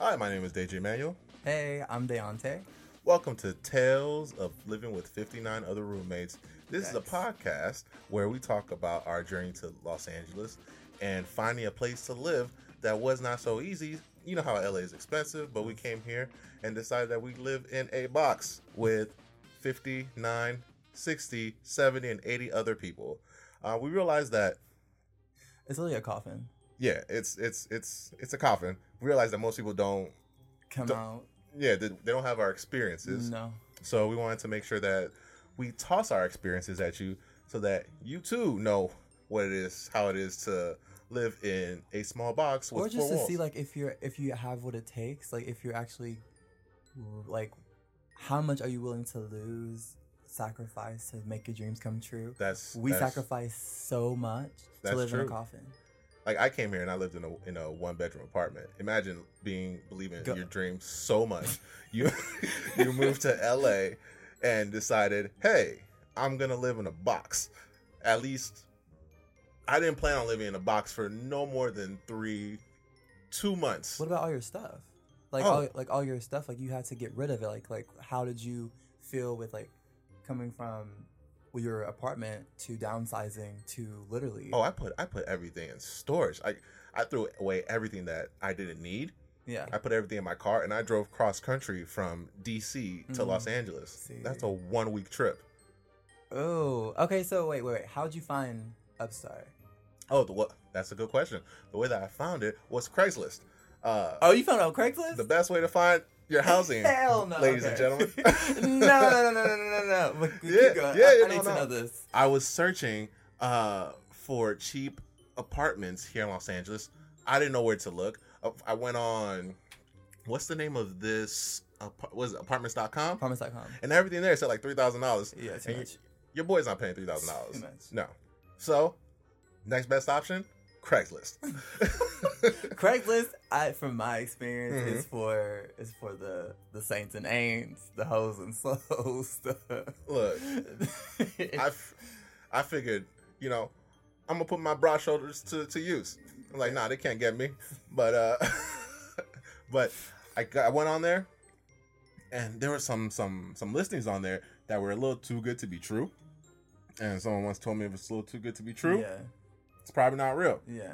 Hi, my name is DJ Manuel. Hey, I'm Deontay. Welcome to Tales of Living with 59 Other Roommates. This is a Yikes. podcast where we talk about our journey to Los Angeles and finding a place to live that was not so easy. You know how LA is expensive, but we came here and decided that we live in a box with 59, 60, 70, and 80 other people. Uh, we realized that It's really a coffin. yeah, it's it's it's it's a coffin. We realized that most people don't Come Don't- out. yeah, they, they don't have our experiences. No. So we wanted to make sure that we toss our experiences at you so that you too know what it is, how it is to live in a small box with Or just four to walls. see like if you're if you have what it takes, like if you're actually like how much are you willing to lose, sacrifice to make your dreams come true? that's We that's- sacrifice so much to That's live in a true. coffin. Like I came here and I lived in a in a one bedroom apartment. Imagine being believing Go- in your dreams so much. You you moved to L.A. and decided, hey, I'm gonna live in a box. At least I didn't plan on living in a box for no more than three, two months. What about all your stuff? Like Oh. all like all your stuff, like you had to get rid of it. Like like how did you feel with like coming from your apartment to downsizing to literally Oh, I put I put everything in storage. I I threw away everything that I didn't need. yeah. I put everything in my car and I drove cross country from DC to Mhm. Los Angeles. See. That's a one week trip. Oh, okay. So wait, wait, wait. How'd you find Upstart? Oh, the what? That's a good question. The way that I found it was Craigslist. Uh, Oh, you found out Craigslist? the best way to find your housing, Hell no, ladies and okay. gentlemen. no, no, no, no, no, no, no. But Yeah, keep going. yeah, I, yeah, I need no, to no. know this. I was searching uh, for cheap apartments here in Los Angeles. I didn't know where to look. I- I went on, what's the name of this? apa- Was it apartments.com? Promise.com. and everything there said like three thousand dollars. Yeah, too And much. Your boy's not paying three thousand Too dollars. much. No. So, next best option, Craigslist. Craigslist, I, from my experience, Mhm. is for is for the the saints and ain'ts, the hoes and souls. The... Look, I, f- I figured, you know, I'm gonna put my broad shoulders to, to use. I'm like, nah, they can't get me. But uh, but I, got, I went on there, and there were some some some listings on there that were a little too good to be true. And someone once told me if it's a little too good to be true, Yeah, it's probably not real. yeah.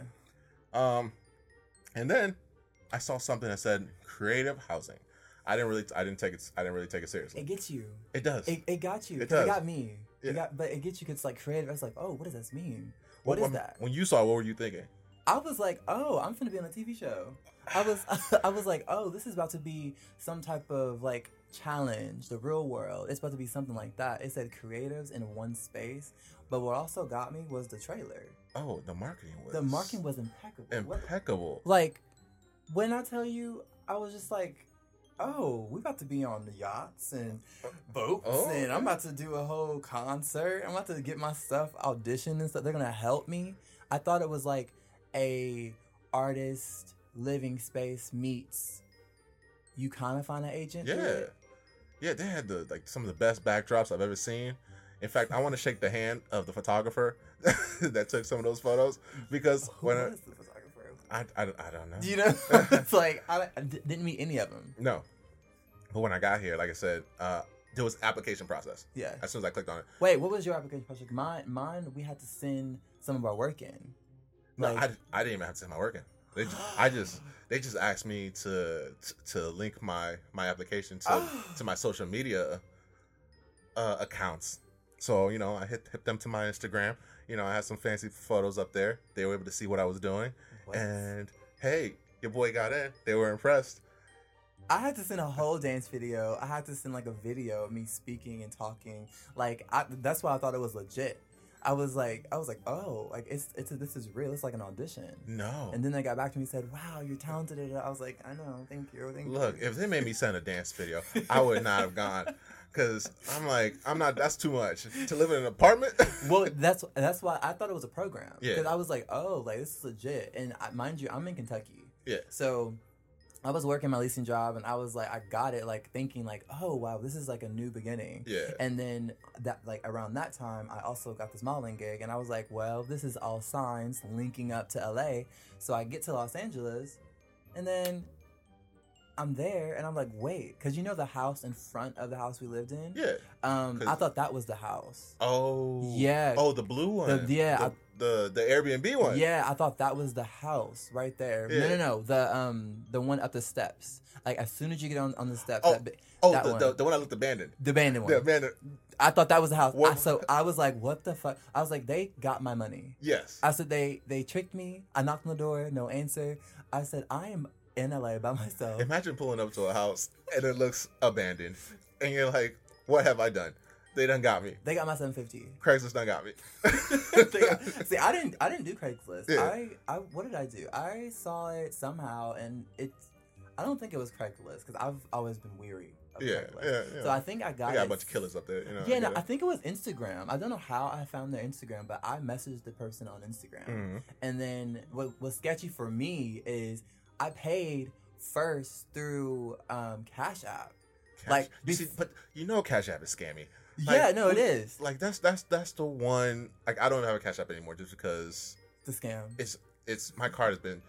Um, and then I saw something that said creative housing. I didn't really, I didn't take it, I didn't really take it seriously. It It, gets you. does. It, it got you. It 'cause does. It got me. Yeah. It got, but it gets you because like creative. I was like, oh, what does this mean? What is when, that? When you saw, it, what were you thinking? I was like, oh, I'm gonna be on a TV show. I was, I was like, oh, this is about to be some type of like challenge, the real world. It's about to be something like that. It said creatives in one space, but what also got me was the trailer. Oh, the marketing was The marketing was impeccable. What- impeccable. Like, when I tell you, I was just like, oh, we about to be on the yachts and boats, Oh, and I'm about to do a whole concert. I'm about to get my stuff auditioned and stuff. They're gonna help me. I thought it was like a artist living space meets. You kind of find an agent. through Yeah, it. yeah, they had the like some of the best backdrops I've ever seen. In fact, I want to shake the hand of the photographer that took some of those photos because Who when I, was the photographer? I, I, I don't know. Do you know? it's like I, I di- didn't meet any of them. no, but when I got here, like I said, uh, there was application process. Yeah. As soon as I clicked on it, Wait, what was your application process? Mine, mine. We had to send some of our work in. No, Like- I, I didn't even have to send my work in. They just, I just they just asked me to to link my my application to Oh. to my social media uh, accounts. So you know, I hit hit them to my Instagram. You know, I had some fancy photos up there. They were able to see what I was doing, What? and hey, your boy got in. They were impressed. I had to send a whole dance video. I had to send like a video of me speaking and talking. Like I, that's why I thought it was legit. I was like, I was like, oh, like it's it's this is real. It's like an audition. No, And then they got back to me and said, wow, you're talented. And I was like, I know, thank you, thank look, you. if they made me send a dance video, I would not have gone. Cause I'm like, I'm not. That's too much to live in an apartment. well, that's that's why I thought it was a program. Yeah. Because I was like, oh, like this is legit. And I, mind you, I'm in Kentucky. Yeah. So I was working my leasing job, and I was like, I got it, like thinking like, oh wow, this is like a new beginning. yeah. And then that like around that time, I also got this modeling gig, and I was like, well, this is all signs linking up to LA. So I get to Los Angeles, and then I'm there and I'm like, wait, because you know the house in front of the house we lived in. Yeah. Um, 'Cause- I thought that was the house. Oh. Yeah. Oh, the blue one. yeah, The, I- the the Airbnb one. Yeah, I thought that was the house right there. No, Yeah. no, no, the um, the one up the steps. Like as soon as you get on on the steps, Oh, that bi- Oh, that the, one. the the one I looked abandoned. the abandoned one. The abandoned. I thought that was the house. I, What- so I was like, what the fuck? I was like, they got my money. Yes. I said they they tricked me. I knocked on the door, no answer. I said I am in LA by myself. Imagine pulling up to a house and it looks abandoned, and you're like, "What have I done? They done got me. They got my 750. Craigslist done got me." They got- See, I didn't. I didn't do Craigslist. Yeah. I, I. What did I do? I saw it somehow, and it's. I don't think it was Craigslist because I've always been weary of yeah, Craigslist. yeah, yeah. So I think I got, they got a it- bunch of killers up there. You know, yeah, no, yeah. I think it was Instagram. I don't know how I found their Instagram, but I messaged the person on Instagram. Mhm. And then what was sketchy for me is I paid first through um, Cash App. Cash- like, you bef- see, but you know, Cash App is scammy. yeah, Like, no, it who- is Like that's that's that's the one. Like I don't have a Cash App anymore just because the scam. it's my card has been.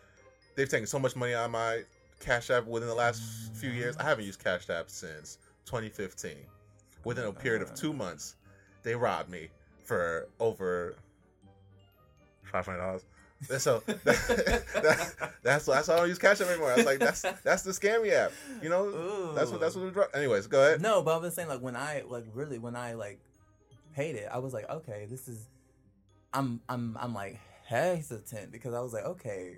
They've taken so much money out of my Cash App within the last few years. I haven't used Cash App since 2015. Within a period of two months, they robbed me for over five hundred dollars. And so that, that's that's why I don't use Cash App anymore. I was like, that's that's the scammy app. You know, that's what that's what. It, dro- anyways, go ahead. No, but I was saying like when I like really when I like paid it, I was like, okay, this is I'm I'm I'm like hesitant because I was like, okay,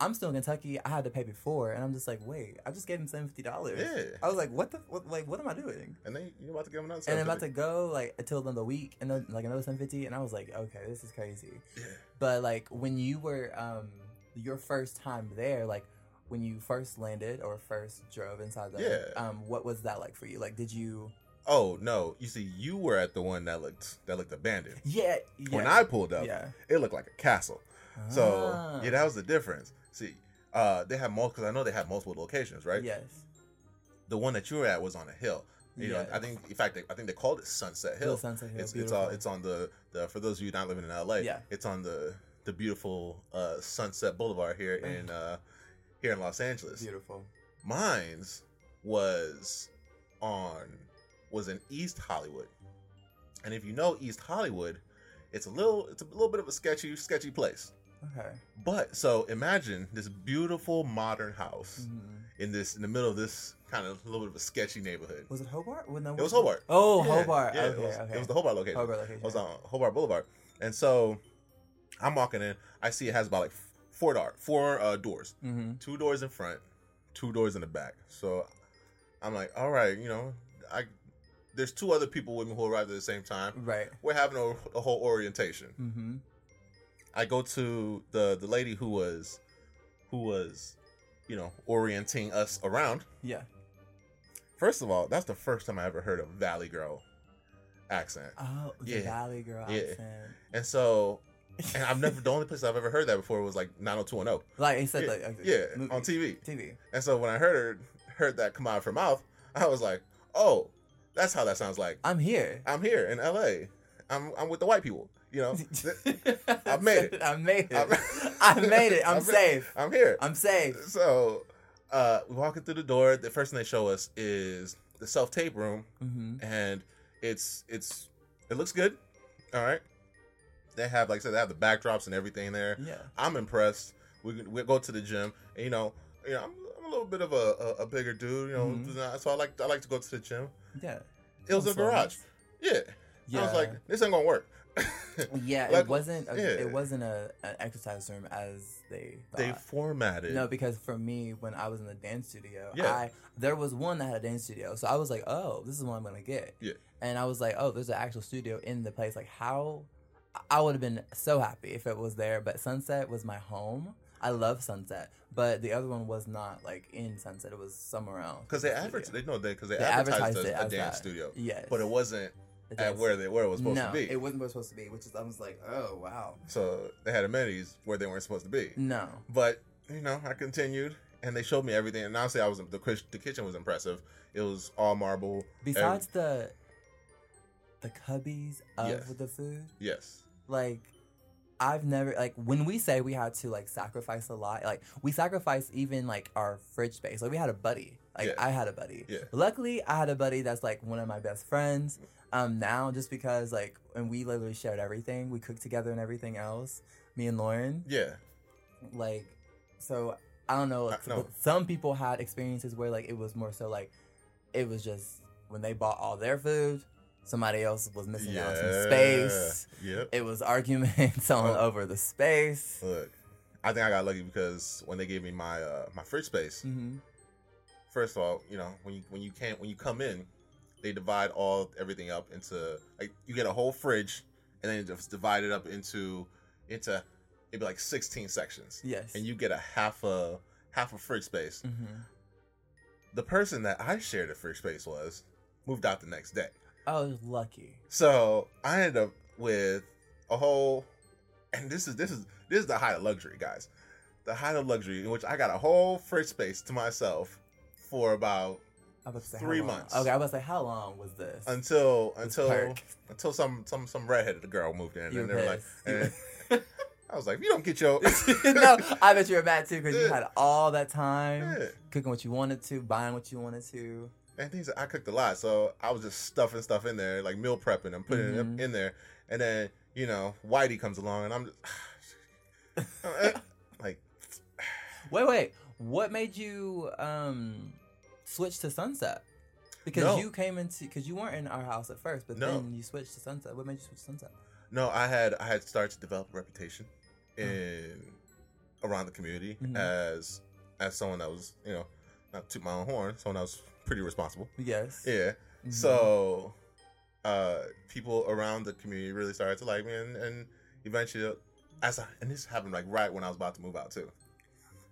I'm still in Kentucky. I had to pay before, and I'm just like, wait, I just gave him seven fifty dollars. Yeah. I was like, what the what, like what am I doing? And then you about to give them another. And I'm about to seven go like until the end of the week, and then like another seven fifty, and I was like, okay, this is crazy. fifty. Yeah. But like when you were um your first time there, like when you first landed or first drove inside there, Yeah. um, what was that like for you? Like, did you? Oh no! You see, you were at the one that looked that looked abandoned. Yeah. yeah When I pulled up, yeah. it looked like a castle. So Ah. yeah, that was the difference. See, uh, they have multiple. Cause I know they have multiple locations, right? Yes. The one that you were at was on a hill. You know, Yes. I think in fact they, I think they called it Sunset Hill. Little Sunset Hill. it's it's all beautiful. it's on the, the for those of you not living in LA. Yeah. It's on the the beautiful uh, Sunset Boulevard here in uh, here in Los Angeles. beautiful. Mine's was on was in East Hollywood, and if you know East Hollywood, it's a little it's a little bit of a sketchy sketchy place. Okay. But so imagine this beautiful modern house Mhm. in this in the middle of this kind of little bit of a sketchy neighborhood. Was it Hobart? Well, no, It was Hobart. Oh, Yeah, Hobart. yeah, okay, it was, okay. it was the Hobart location. Hobart location. It was on Hobart Boulevard, and so I'm walking in. I see it has about like four door four uh, doors hmm two doors in front, two doors in the back. So I'm like, all right, you know, I there's two other people with me who arrived at the same time. Right. We're having a, a whole orientation. Mm-hmm. I go to the the lady who was who was you know orienting us around. Yeah. First of all, that's the first time I ever heard a Valley Girl accent, Oh, the Yeah. Valley Girl Yeah. accent. and so and I've never the only place I've ever heard that before was like 90210. like it said Yeah, like, like yeah, movie. on TV. TV. And so when I heard her heard that come out of her mouth, I was like, "Oh, that's how that sounds like." I'm here. I'm here in L.A. I'm I'm with the white people. You know, Oh, I made it. I made it. I'm- I made it. I'm I'm- safe. I'm here. I'm safe. So uh, we walking through the door. The first thing they show us is the self tape room, Mm-hmm. and it's it's it looks good. All right, they have like I said, they have the backdrops and everything there. Yeah. I'm impressed. We we go to the gym, and you know, you know, I'm, I'm a little bit of a, a, a bigger dude, you know, Mm-hmm. so I like I like to go to the gym. Yeah. It was a Also, garage. Yeah. Yeah. I was like, this ain't gonna work. yeah, like, it wasn't. A, yeah. It wasn't a an exercise room as they thought. they formatted. No, because for me, when I was in the dance studio, Yeah. I there was one that had a dance studio, so I was like, oh, this is what I'm gonna get. Yeah. And I was like, oh, there's an actual studio in the place. Like, how? I would have been so happy if it was there, but Sunset was my home. I love Sunset, but the other one was not like in Sunset. It was somewhere else. Because they The studio. advertised, they, no, they, cause they, They advertised, advertised a- it a, as dance that. studio, Yes, but it wasn't The at dance- where they where it was supposed no, to be. it wasn't where it was supposed to be. Which is, I was like, oh wow, so they had amenities where they weren't supposed to be. no, But you know, I continued, and they showed me everything. And honestly, I was the cris- the kitchen was impressive. It was all marble. Besides the the cubbies of Yes. the food, Yes. like I've never like when we say we had to like sacrifice a lot, like we sacrificed even like our fridge space. Like we had a buddy. Like Yeah. I had a buddy. Yeah. Luckily, I had a buddy that's like one of my best friends. Um, now just because like and we literally shared everything, we cooked together and everything else. Me and Lauren, Yeah. like, so I don't know. I- like, no. but Some people had experiences where like it was more so like it was just when they bought all their food, somebody else was missing out on some space. Yep. It was arguments on Oh. Mm. over the space. Look, I think I got lucky because when they gave me my uh, my fridge space, hmm first of all, you know, when you when you can't when you come in, they divide all everything up into like you get a whole fridge and then it's divided up into into maybe like sixteen sections, Yes. and you get a half a half a fridge space. hmm The person that I shared a fridge space was moved out the next day, I was lucky. so I ended up with a whole, and this is this is this is the height of luxury, guys. The height of luxury in which I got a whole fridge space to myself for about I was about to say how Three long. months. Okay, I was like, how long was this? until This until perk? until some some some redheaded girl moved in, and You then were they were like, pissed. and You- I was like, if you don't get your no, I bet you were mad too because you Yeah. had all that time Yeah. cooking what you wanted to, buying what you wanted to. and things I cooked a lot, so I was just stuffing stuff in there, like meal prepping and putting Mhm. it in there, and then you know Whitey comes along, and I'm just like, Wait, wait. What made you um switch to sunset? Because No. you came into because you weren't in our house at first, but No. then you switched to sunset. What made you switch to sunset? no, I had I had started to develop a reputation in around the community Mhm. as as someone that was you know not toot my own horn, someone that was pretty responsible, Yes. yeah. Mhm. So, uh, people around the community really started to like me, and, and eventually, as I, and this happened like right when I was about to move out too.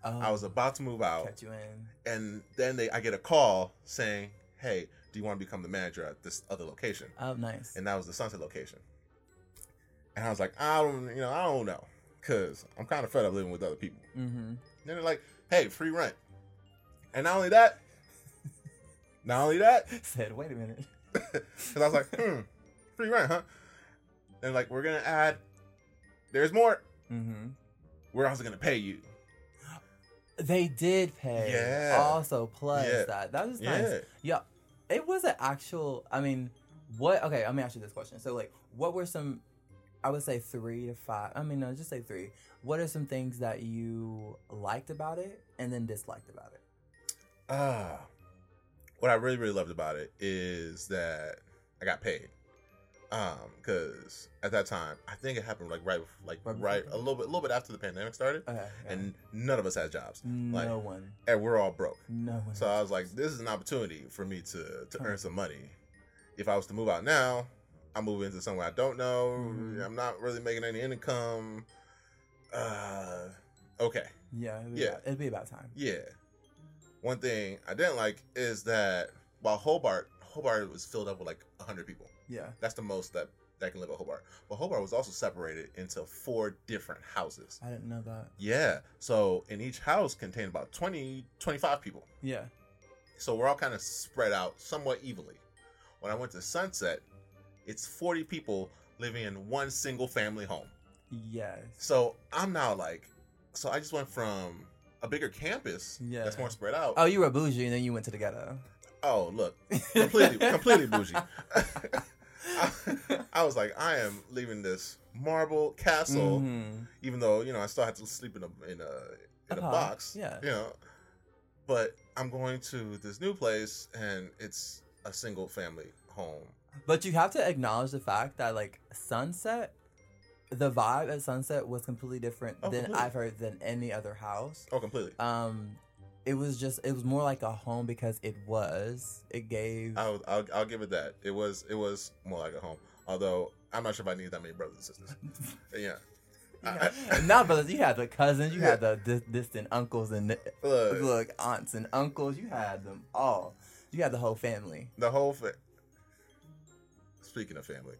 Oh, I was about to move out, catch you in. and then they I get a call saying, "Hey, do you want to become the manager at this other location?" Oh, nice. And that was the Sunset location. And I was like, I don't, you know, I don't know, cause I'm kind of fed up living with other people. Mm-hmm. Then they're like, "Hey, free rent," and not only that, not only that, Said, wait a minute. Because I was like, hmm, free rent, huh? And like, we're going to add, there's more. Mm-hmm. We're also going to pay you. They did pay. Yeah. Also, plus Yeah. that. That was Yeah. nice. Yeah. It was an actual. I mean, what? Okay, let me ask you this question. So, like, what were some? I would say three to five. I mean, no, just say three. What are some things that you liked about it and then disliked about it? Ah. What I really, really loved about it is that I got paid. Um, because at that time, I think it happened like right, bef- like Right before right the a little bit, a little bit after the pandemic started, Okay. yeah. and none of us had jobs, like- no one. and we're all broke. No one. So I was like, this is an opportunity for me to to Huh. earn some money. If I was to move out now, I move into somewhere I don't know. Mhm. I'm not really making any income. Uh, okay, yeah. It'd be Yeah. About, it'd be about time. yeah. One thing I didn't like is that while Hobart, Hobart was filled up with like 100 people. Yeah. That's the most that that can live at Hobart. But Hobart was also separated into four different houses. I didn't know that. Yeah. So in each house contained about 20, 25 people. Yeah. So we're all kind of spread out somewhat evenly. When I went to Sunset, it's 40 people living in one single family home. Yes. So I'm now like, so I just went from a bigger campus Yeah. that's more spread out. Oh, you were bougie and then you went to the ghetto. oh, look, completely, completely bougie. I was like, I am leaving this marble castle, Mhm. even though you know I still had to sleep in a in a in a Uh-huh, box. yeah. you know. But I'm going to this new place, and it's a single family home. But you have to acknowledge the fact that like sunset, the vibe at sunset was completely different Oh, than completely. I've heard than any other house. Oh, completely. Um, it was just it was more like a home because it was it gave I'll, I'll I'll give it that. It was it was more like a home. Although I'm not sure if I needed that many brothers and sisters. Yeah. I- I- not brothers. You had the cousins. You had Yeah. the dis- distant uncles and look, look aunts and uncles. You had them all. You had the whole family. the whole fa- Speaking of family,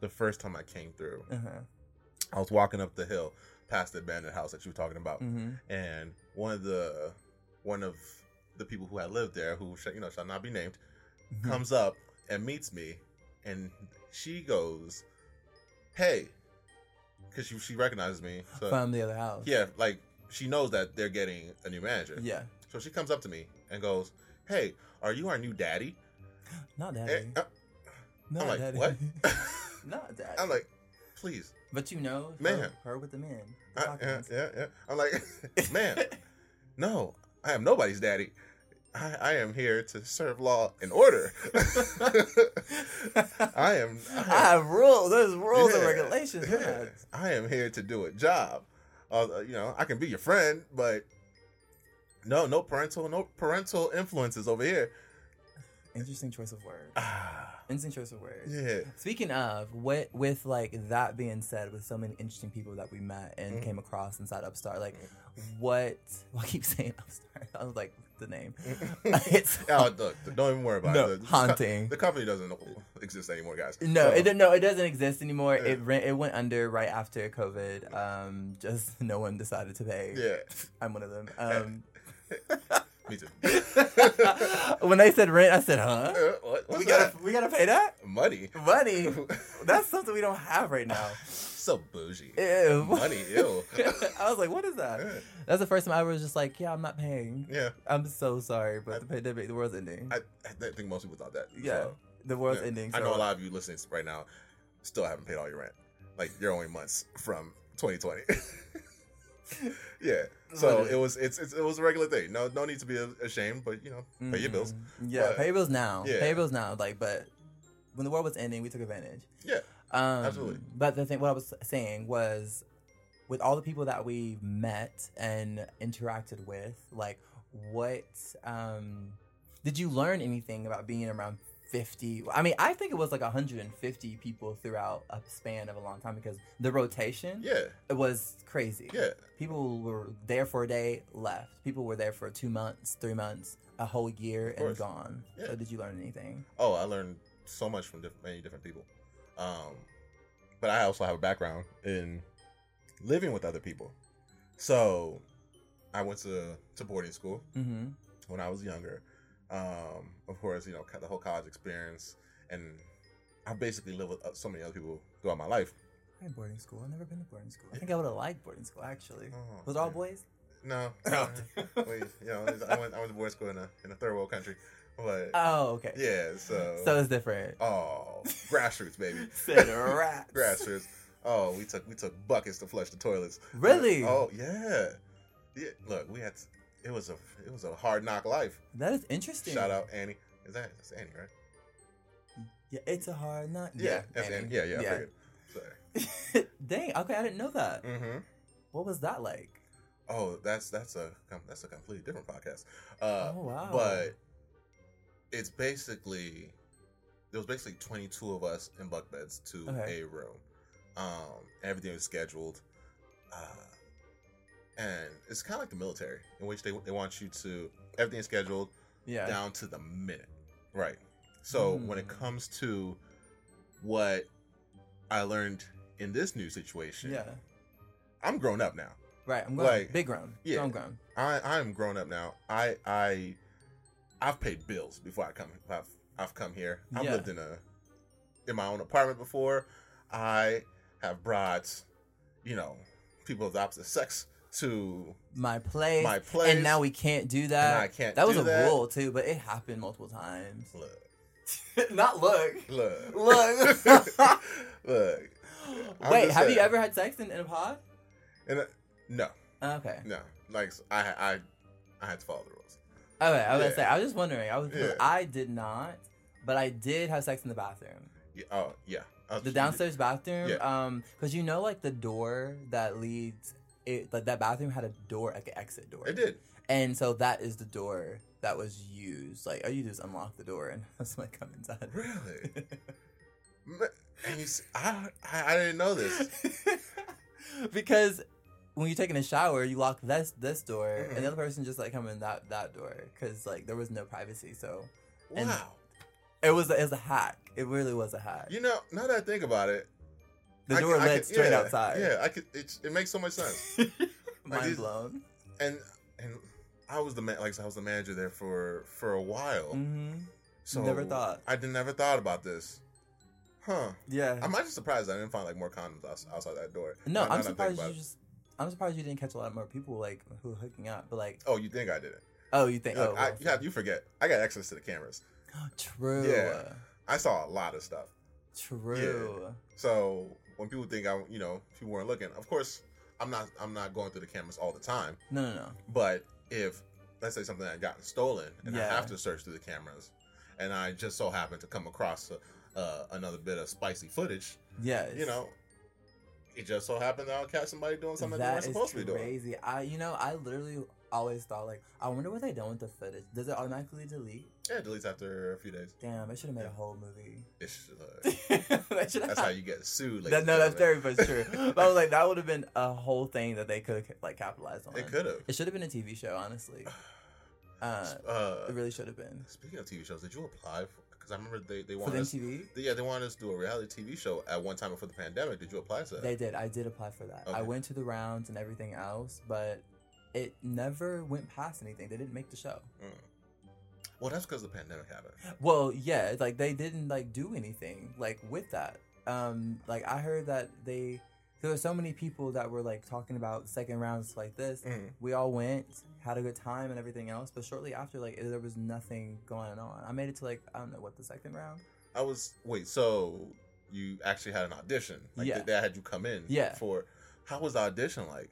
the first time I came through, Uh-huh. I was walking up the hill past the abandoned house that you were talking about, hmm and one of the one of the people who had lived there, who sh- you know shall not be named, Mhm. comes up and meets me, and she goes, "Hey, because she she recognizes me. So from the other house. yeah, like she knows that they're getting a new manager. Yeah. So she comes up to me and goes, "Hey, are you our new daddy?" Not daddy. And, uh, Not I'm like, daddy. "What?" Not daddy. I'm like, "Please." but you know, her, Man. her with the men. The I, soccer yeah, ones. yeah, yeah. I'm like, "Man, no, I am nobody's daddy. I, I am here to serve law and order. I am. I I am have rules. There's rules and Yeah, regulations. yeah. man. I am here to do a job. Uh, you know, I can be your friend, but no, no parental, no parental influences over here. Interesting choice of words. Ah, Interesting choice of words. yeah, Speaking of, with, with like that being said, with so many interesting people that we met and Mhm. came across inside Upstart, like what? Well, I keep saying Upstart. I was like the name. it's Mm-hmm. oh, look, don't even worry about No, it. The- haunting. The company doesn't exist anymore, guys. no, So, it no, it doesn't exist anymore. Yeah. It ran, it went under right after COVID. Um, just no one decided to pay. yeah, I'm one of them. Um, me too. when they said rent, I said, huh? Uh, what, what's we gotta that? we gotta pay that money. money. That's something we don't have right now. so bougie. Ew. Money, ew. I was like, what is that? Yeah. That's the first time I was just like, yeah, I'm not paying. yeah, I'm so sorry, but I- the pandemic, the world's ending. I, I think most people thought that. as yeah, well. the world's Yeah. ending. I so- know a lot of you listening right now still haven't paid all your rent. Like you're only months from 2020. yeah. So Literally. it was it's, it's it was a regular thing. No no need to be ashamed, but you know, pay your bills. Mhm. Yeah, But- pay your bills now. Yeah. Pay your bills now. Like, but when the world was ending, we took advantage. Yeah. Um, Absolutely. But the thing, what I was saying was, with all the people that we met and interacted with, like, what um, did you learn anything about being around 50? I mean, I think it was like 150 people throughout a span of a long time because the rotation Yeah. it was crazy. Yeah. People were there for a day, left. People were there for two months, three months, a whole year, and course. gone. Yeah. So, did you learn anything? Oh, I learned so much from diff- many different people. Um but I also have a background in living with other people. So I went to to boarding school. Mm-hmm. when I was younger. Um, of course, you know the whole college experience, and I basically lived with uh, so many other people throughout my life. I had boarding school. I've never been to boarding school. I think I would have liked boarding school actually. Oh, Was it all boys? No, Oh. Wait, you know, I went I went to boarding school in a in a third world country, but Oh, okay. yeah, so So it's different. oh grassroots baby, Said rats. grassroots. Oh, we took we took buckets to flush the toilets. Really? Oh yeah, yeah. Look, we had it was a it was a hard knock life. That is interesting. Shout out Annie. Is that that's Annie right? Yeah, it's a hard not. that's Annie. Yeah, yeah. I figured. Sorry. yeah. Dang. Okay, I didn't know that. Mm-hmm. What was that like? Oh, that's that's a com- that's a completely different podcast. Uh, oh wow. But it's basically there was basically twenty two of us in bunk beds to Okay. a room. Um, everything was scheduled, uh, and it's kind of like the military in which they they want you to everything's scheduled yeah. down to the minute, right? So when it Hmm. comes to what I learned in this new situation, Yeah. I'm grown up now. Right. I'm grown. Like- Big grown. Yeah. Grown grown. I I'm grown up now. I I I've paid bills before I come. I've I've come here. I've Yeah. lived in a in my own apartment before. I have brought you know people of the opposite sex to my place. my place. And now we can't do and that. I can't. that was do a rule too, but it happened multiple times. Look, Not look. look, Look. look. I'm Wait, just have you saying. ever had sex in, in a pod? And uh, no, Okay. no. Like I I I had to follow the rules. Okay, I was Yeah. gonna say, I was just wondering. I was, 'cause Yeah. I did not, but I did have sex in the bathroom, Yeah, oh yeah. I was- the downstairs bathroom. Yeah. Um, because you know, like the door that leads, it like that bathroom had a door, like an exit door. It did. and so that is the door that was used. Like, oh, you just unlock the door and have someone come inside. Really? Ma- And you, s- I, I, I didn't know this. because when you're taking a shower, you lock this this door, Mhm. and the other person just like come in that that door because like there was no privacy. So Wow. And- it was it was a hack. It really was a hack. you know, now that I think about it, The I door can- I led can- straight yeah, outside. Yeah, I could. It, it makes so much sense. Like, Mind these- blown. And and I was the man, like I was the manager there for for a while. hmm So never thought. I did never thought about this. Huh. Yeah. I'm actually surprised I didn't find like more condoms outs- outside that door. no, Now- now that I I'm think surprised about you it. just. I'm surprised you didn't catch a lot more people like who were hooking up, but like, Oh, you think I didn't? oh, you think, Look, oh, I, well, you, have, you forget. I got access to the cameras. true, Yeah. I saw a lot of stuff. true, So when people think I, you know, people weren't looking. Of course, I'm not. I'm not going through the cameras all the time. no, no, no, But if let's say something had gotten stolen and I Yeah. have to search through the cameras, and I just so happen to come across a, uh, another bit of spicy footage, yes, you know, it just so happened that I'll catch somebody doing something that That they weren't is supposed to be doing. crazy. I, you know, I literally always thought like, I wonder what they done with the footage. Does it automatically delete? Yeah, it deletes after a few days. Damn, I should have made a Yeah. whole movie. It's, uh, that should that's how you get sued. ladies That, no, and that's gentlemen. very much true. But I was like, that would have been a whole thing that they could have like capitalized on. It could have. It should have been a TV show, honestly. Uh, Uh, it really should have been speaking of TV shows, did you apply? Because I remember they they for wanted the us, MTV. yeah they wanted us to do a reality TV show at one time before the pandemic. Did you apply to that? They did. I did apply for that. I Okay. went to the rounds and everything else, but it never went past anything. They didn't make the show. well, that's because the pandemic happened. Well, yeah, it's like they didn't like do anything like with that. Um, like I heard that they there were so many people that were like talking about second rounds like this. Mm. We all went, had a good time and everything else, but shortly after, like there was nothing going on. I made it to like I don't know what the second round. I was wait. So you actually had an audition? Like Yeah. they, they had you come in? Yeah. For how was the audition like?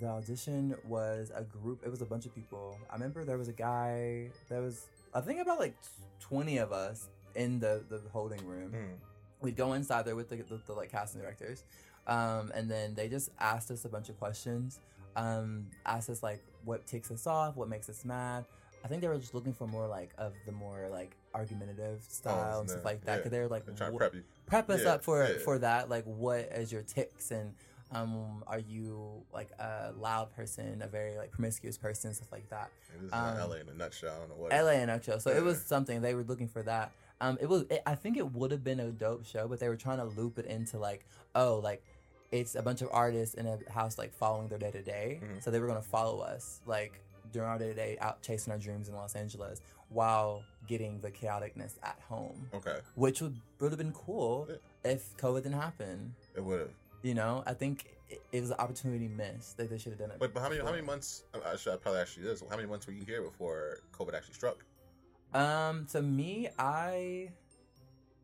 The audition was a group. It was a bunch of people. I remember there was a guy. There was I think about like twenty of us in the the holding room. Mm. we'd go inside there with the, the, the like casting directors um, and then they just asked us a bunch of questions um, asked us like what ticks us off what makes us mad i think they were just looking for more like of the more like argumentative style and stuff Oh, snap. like that Yeah. because they were like They're trying to "Wh- prep you. prep us Yeah, up for yeah. for that like what is your ticks and um, are you like a loud person a very like promiscuous person stuff like that This is Um, LA in uh, a nutshell. I don't know what. LA and Ocho. So it was Yeah. something they were looking for that. Um, it was. It, I think it would have been a dope show, but they were trying to loop it into like, oh, like it's a bunch of artists in a house like following their day to day. Mhm. So they were gonna follow us like during our day to day out chasing our dreams in Los Angeles while getting the chaoticness at home, Okay, which would would have been cool if COVID didn't happen. it would have. You know, I think it, it was an opportunity missed. They, they should have done it. Wait, but how many how many before. months? I- I should probably ask you this. How many months were you here before COVID actually struck? Um, to me, I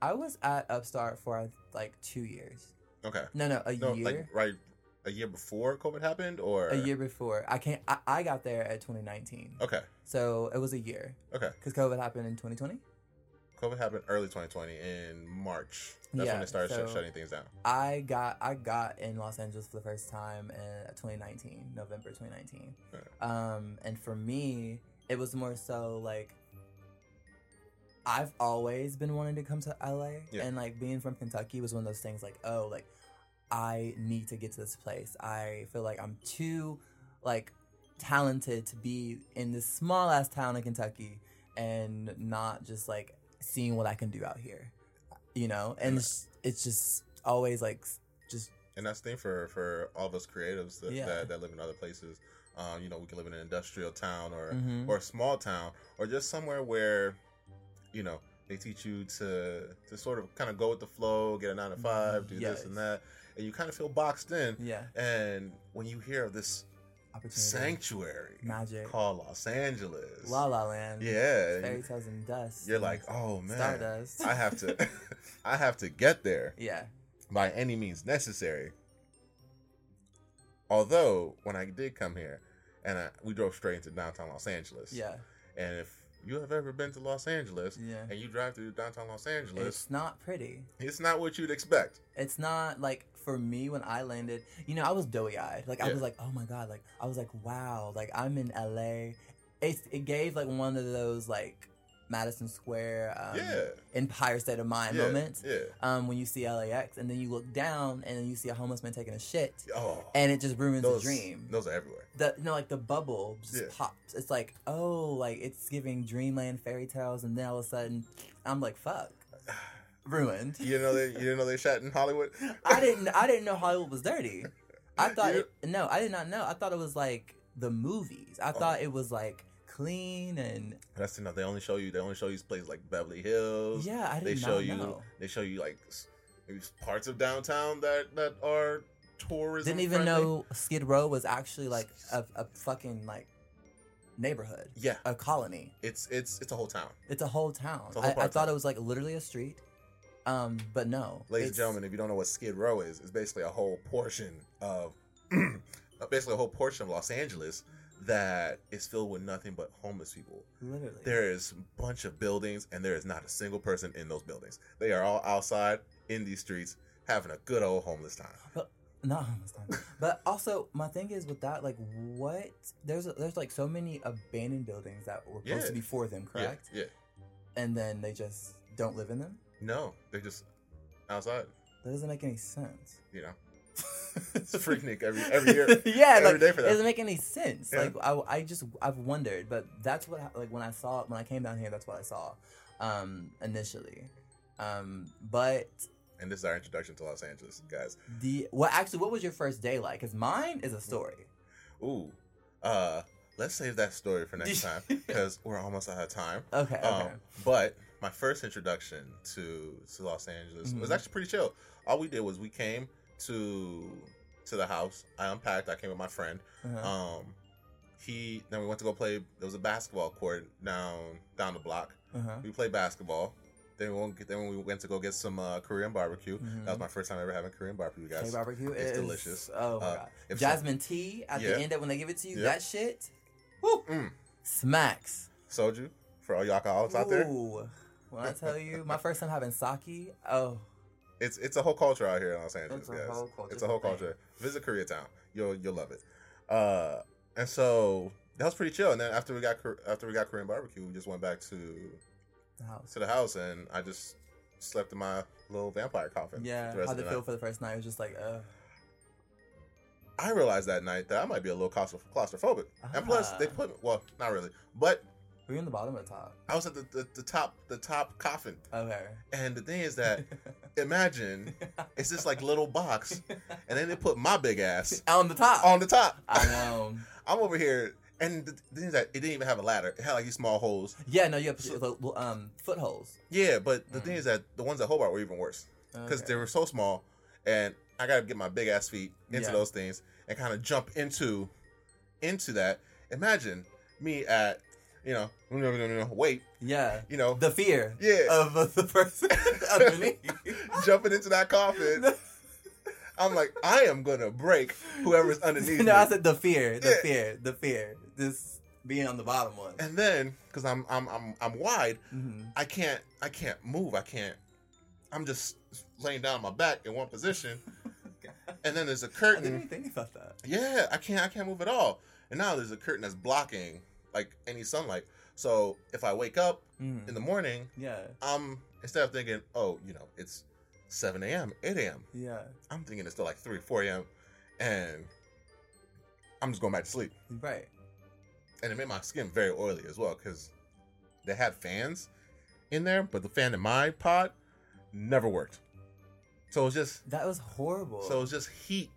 I was at Upstart for uh, like two years. Okay, No, no, a no, year. like right a year before COVID happened, or a year before. I can't. I, I got there at 2019, Okay, so it was a year okay. because COVID happened in 2020. COVID happened early 2020 in March. That's when Yeah, they started shut so- shutting things down. I got I got in Los Angeles for the first time in 2019, November 2019. Um, and for me, it was more so like I've always been wanting to come to LA, Yeah. and like being from Kentucky was one of those things like oh like I need to get to this place. I feel like I'm too like talented to be in this small ass town in Kentucky and not just like seeing what I can do out here, you know. And it's, it's just always like s- just and that's the thing for for all of us creatives that, Yeah. that, that live in other places um you know we can live in an industrial town or mhm. or a small town or just somewhere where you know they teach you to to sort of kind of go with the flow get a nine to five do this and Yes. that and you kind of feel boxed in yeah and when you hear of this opportunity sanctuary magic called los angeles La La Land yeah fairy tales and dust you're and like oh man Stardust. i have to i have to get there yeah. by any means necessary. Although when I did come here, and I, we drove straight into downtown Los Angeles. Yeah. And if you have ever been to Los Angeles Yeah. and you drive through downtown Los Angeles, It's not pretty. it's, not what you'd expect. It's not like for me when I landed, you know, I was doughy eyed. Like I Yeah. was like, oh my god, like I was like, wow, like I'm in LA. It's it gave like one of those like Madison Square, um, yeah. Empire State of Mind yeah. moments. Yeah. Um, when you see LAX and then you look down and then you see a homeless man taking a shit Oh. and it just ruins those, the dream. Those are everywhere. the you know like the bubble just Yeah. pops. It's like oh like it's giving dreamland fairy tales, and then all of a sudden I'm like fuck, ruined. You didn't know they you didn't know they shot in Hollywood. I didn't I didn't know Hollywood was dirty. I thought You- Oh. it, no I did not know. I thought it was like the movies. I thought it was like clean and That's the thing. They only show you. They only show you places like Beverly Hills. yeah, I did Oh, they not show you. know. They show you like s- maybe s- parts of downtown that that are tourism. Didn't even friendly. know Skid Row was actually like a, a fucking like neighborhood, Yeah, a colony. it's it's it's a whole town, It's a whole town. It's a whole I, I part of thought town. it was like literally a street, um, but no. ladies it's- and gentlemen. If you don't know what Skid Row is, it's basically a whole portion of uh, basically a whole portion of Los Angeles that is filled with nothing but homeless people. literally, There is a bunch of buildings, and there is not a single person in those buildings. They are all outside in these streets having a good old homeless time. No, it's not. but also my thing is with that, like, what there's there's like so many abandoned buildings that were supposed Yeah. to be for them, Yeah, correct? Yeah, And then they just don't live in them. No, they're just outside. That doesn't make any sense. You know, it's Freaknik every every year. yeah, every like, day for it them. doesn't make any sense. Yeah. Like I, I just I've wondered, but that's what I- like when I saw when I came down here, that's what I saw um, initially. Um, but And this is our introduction to Los Angeles, guys. the well, actually, what was your first day like? Because mine is a story. Ooh, uh, let's save that story for next time because we're almost out of time. Okay, okay. Um, but my first introduction to to Los Angeles was Mhm. actually pretty chill. All we did was we came to to the house. I unpacked. I came with my friend. Uh-huh. Um, he then we went to go play. There was a basketball court down down the block. uh-huh. We played basketball. Then we went, then we went to go get some uh, Korean barbecue. That Mm-hmm. was my first time ever having Korean barbecue, you Hey, guys. barbecue it's is delicious. Oh my Uh, god, if so- jasmine tea at Yeah. the end of when they give it to you, Yep. that shit, woo, Mm. smacks. Soju for all you alcoholics out there. Ooh. When I tell you, my first time having sake, oh, It's it's a whole culture out here in Los Angeles, It's a guys. whole culture. It's a whole It's a culture. Visit Koreatown. You'll you'll love it. Uh, and so that was pretty chill. And then after we got Kor- after we got Korean barbecue, we just went back to the house. to the house, and I just slept in my little vampire coffin. Yeah, the rest how of did the it feel night. for the first night? It was just like, uh, I realized that night that I might be a little claustro- claustrophobic, and plus Ah. they put me, well, not really, but were you on the bottom or the top? I was at the, the, the top the top coffin, Okay. and the thing is that imagine it's this like little box, and then Oh. they put my big ass on the top. on the top. I know. I'm over here, and the thing is that it didn't even have a ladder. It had like these small holes. Yeah, no, you have to, like, well, um footholds. Yeah, but the Mm. thing is that the ones at Hobart were even worse because they were so small, and I gotta get my big ass feet into Yeah. those things and kind of jump into into that. Imagine me at you know wait yeah, you know the fear yeah of uh, the person underneath. jumping into that coffin. I'm like I am gonna break whoever's underneath. no, me. I said the fear, the Yeah. fear, the fear. This being on the bottom one. and then because I'm I'm I'm I'm wide, hmm I can't I can't move. I can't. I'm just laying down on my back in one position, and then there's I a didn't even curtain. think about that. Yeah, I can't I can't move at all. And now there's a curtain that's blocking like any sunlight. So if I wake up Mhm. in the morning, Yeah, I'm instead of thinking, oh, you know, it's 7 a.m., 8 a.m. yeah, I'm thinking it's still like 3, 4 a.m. and I'm just going back to sleep. right. and it made my skin very oily as well because they had fans in there, but the fan in my pod never worked. So it was just That was horrible. so it was just heat,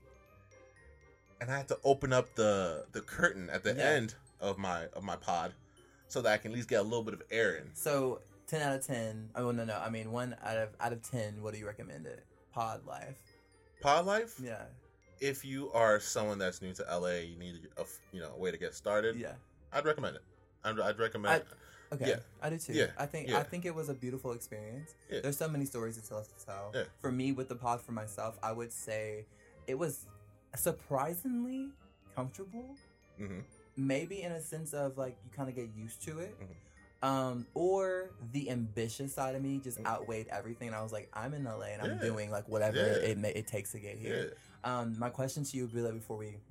and I had to open up the the curtain at the Yeah. end of my of my pod so that I can at least get a little bit of air in. So ten out of ten. Oh no, no. I mean, one out of out of ten. What do you recommend it? Pod life. Pod life. Yeah, If you are someone that's new to LA, you need a f- you know a way to get started. yeah. I'd recommend it. I'd, I'd recommend. Okay, Yeah. I do too. Yeah, I think yeah. I think it was a beautiful experience. Yeah. There's so many stories to tell. To tell. Yeah. For me, with the pod for myself, I would say it was surprisingly comfortable. hmm maybe in a sense of like you kind of get used to it Mhm. um or the ambitious side of me just Mhm. outweighed everything and i was like i'm in la and i'm Yeah. doing like whatever Yeah. it, ma- it takes to get Yeah. here um my question to you would be like before we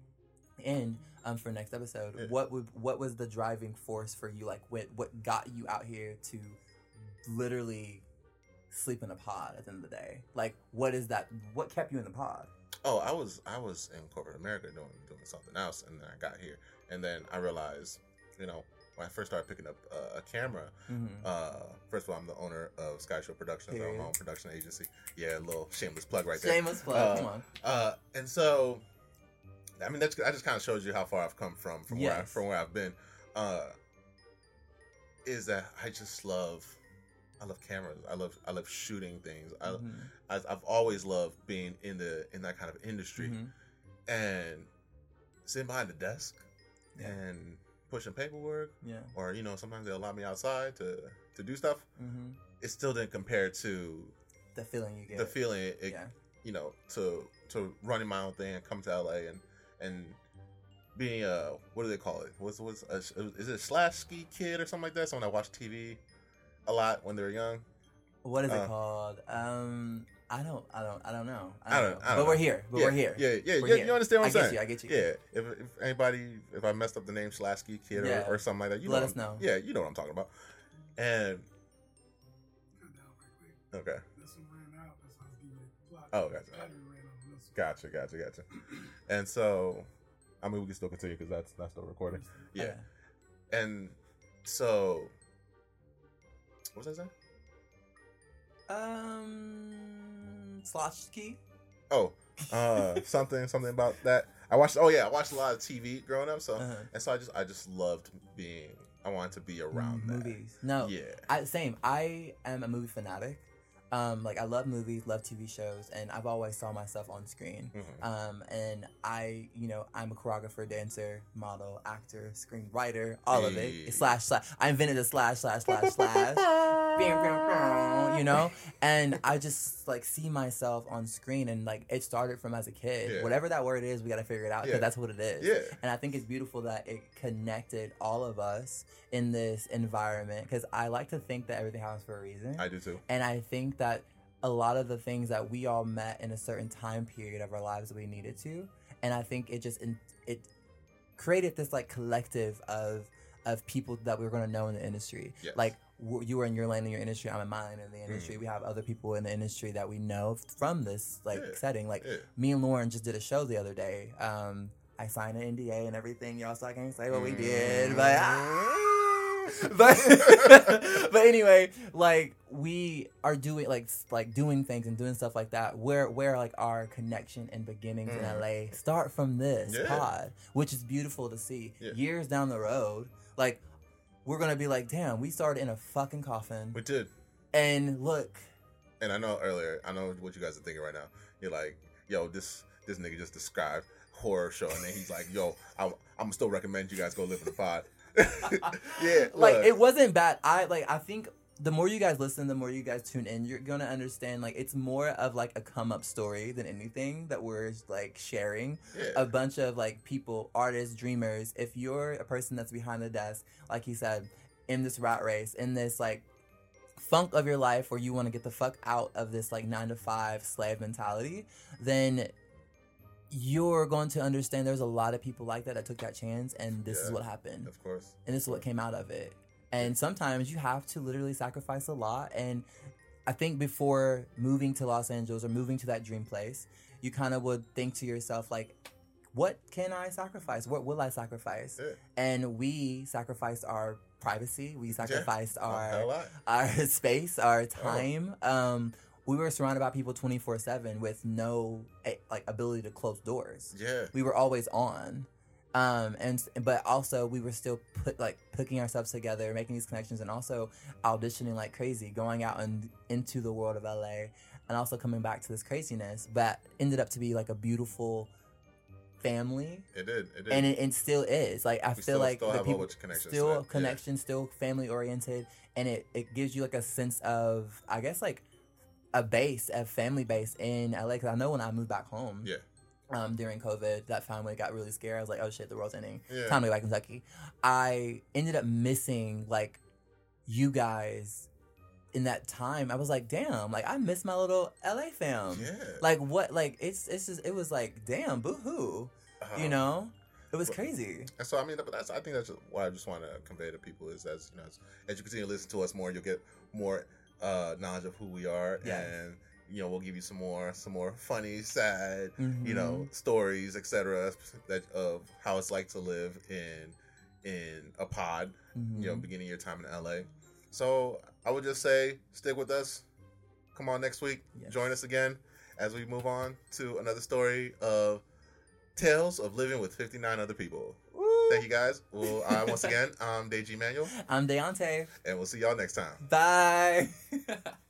end um for next episode Yeah. what would what was the driving force for you like what what got you out here to literally sleep in a pod at the end of the day like what is that what kept you in the pod oh i was i was in corporate america doing doing something else and then i got here and then i realized you know when i first started picking up uh, a camera hmm uh first of all i'm the owner of skyshow productions i own my own production agency yeah a little shameless plug right there shameless plug Uh, come on uh and so i mean that's that just kind of shows you how far i've come from from where I, Yes. from where i've been uh is that I just love, I love cameras. I love, I love shooting things. I, Mhm, I, I've always loved being in the in that kind of industry mhm. and sitting behind the desk Yeah. and pushing paperwork, Yeah. or you know, sometimes they allow me outside to to do stuff. hmm It still didn't compare to The feeling you get. the feeling it, yeah. you know, to to running my own thing and come to LA and and being a what do they call it? What's what's a, is it a slash ski kid or something like that? Someone that watched TV a lot when they were young. What is uh, it called? Um, I don't, I don't, I don't know. I don't- I don't but we're know. here. But yeah, we're here. Yeah, yeah, We're yeah. here. You understand what I I'm get saying? you. I get you. Yeah, if, if anybody, if I messed up the name Slasky Kid Yeah. or, or something like that, you Let know us know. Yeah, you know what I'm talking about. And Ran out right quick. okay, This one ran out. That's why I was giving it the plot. Oh, gotcha. Battery ran out on this one. gotcha, gotcha, gotcha. And so, I mean, we can still continue because that's that's still recording. Yeah, Okay. and so, what was I saying? Um, Slotchky. Oh, uh, something, something about that. I watched. Oh yeah, I watched a lot of TV growing up. So, Uh-huh. and so I just, I just loved being. I wanted to be around that. movies. Oh. No. Yeah. I, same. I am a movie fanatic. Um, like I love movies, love TV shows, and I've always saw myself on screen. Mhm. Um, and I, you know, I'm a choreographer, dancer, model, actor, screenwriter, all of it. Hey. Slash slash. I invented the slash slash slash slash. Bing, bing, bing, you know and i just like see myself on screen and like it started from as a kid Yeah. whatever that word is we gotta figure it out because Yeah. that's what it is Yeah. and i think it's beautiful that it connected all of us in this environment because i like to think that everything happens for a reason I do too. and i think that a lot of the things that we all met in a certain time period of our lives that we needed to and i think it just in, it created this like collective of of people that we were going to know in the industry Yes. Mm. like w- you were in your lane in your industry i'm in mine in the industry we have other people in the industry that we know from this like Yeah. setting like Yeah. me and lauren just did a show the other day um i signed an nda and everything y'all so i can't say what we did but Mm. but but anyway, like we are doing like s- like doing things and doing stuff like that. Where where like our connection and beginnings in LA start from this Mm. Yeah. pod, which is beautiful to see. Yeah. Years down the road, like we're gonna be like, damn, we started in a fucking coffin, we did. and look, And I know earlier, I know what you guys are thinking right now. You're like, yo, this this nigga just described horror show, and then he's like, yo, I'm I'm still recommend you guys go live in the pod. yeah, like look. it wasn't bad. I like I think. The more you guys listen, the more you guys tune in, you're gonna understand. Like it's more of like a come up story than anything that we're like sharing. yeah. a bunch of like people, artists, dreamers. If you're a person that's behind the desk, like he said, in this rat race, in this like funk of your life where you want to get the fuck out of this like nine to five slave mentality, then you're going to understand there's a lot of people like that that took that chance and this is Yeah. what happened of course. and this is what came out of it. And sometimes you have to literally sacrifice a lot. And I think before moving to Los Angeles or moving to that dream place, you kind of would think to yourself, like, what can I sacrifice? What will I sacrifice? Yeah. And we sacrificed our privacy, we sacrificed A hell Oh. our lot. our space, our time. Um, we were surrounded by people 24 7 with no eh, like ability to close doors Yeah. we were always on um and but also we were still put like hooking ourselves together making these connections and also auditioning like crazy going out and into the world of la and also coming back to this craziness but ended up to be like a beautiful family It did. It did. and it, it still is like i We feel still- like still the have a people bunch of connections to still that. Yeah. connection still family oriented and it it gives you like a sense of i guess like a base a family base in la because i know when i moved back home yeah. um, during COVID, that family got really scared. I was like, oh shit, the world's ending. Yeah. Time to go back to Kentucky. I ended up missing like you guys in that time. I was like, damn, like I miss my little LA fam. yeah. um, Like what? Like it's it's just it was like damn, boo hoo. Um, you know, it was but- crazy. And so I mean, but that's I think that's what I just want to convey to people is as you know, as, as you continue to listen to us more, you'll get more uh, knowledge of who we are, Yes. and you know, we'll give you some more, some more funny, sad, you Mhm. know, stories, etc. That of how it's like to live in in a pod, Mhm. you know, beginning your time in LA. So I would just say, stick with us. Come on next week, Yes. join us again as we move on to another story of tales of living with fifty nine other people. Woo! Thank you guys. Well, uh, once again, I'm Deji Manuel, I'm Deontay. and we'll see y'all next time. Bye.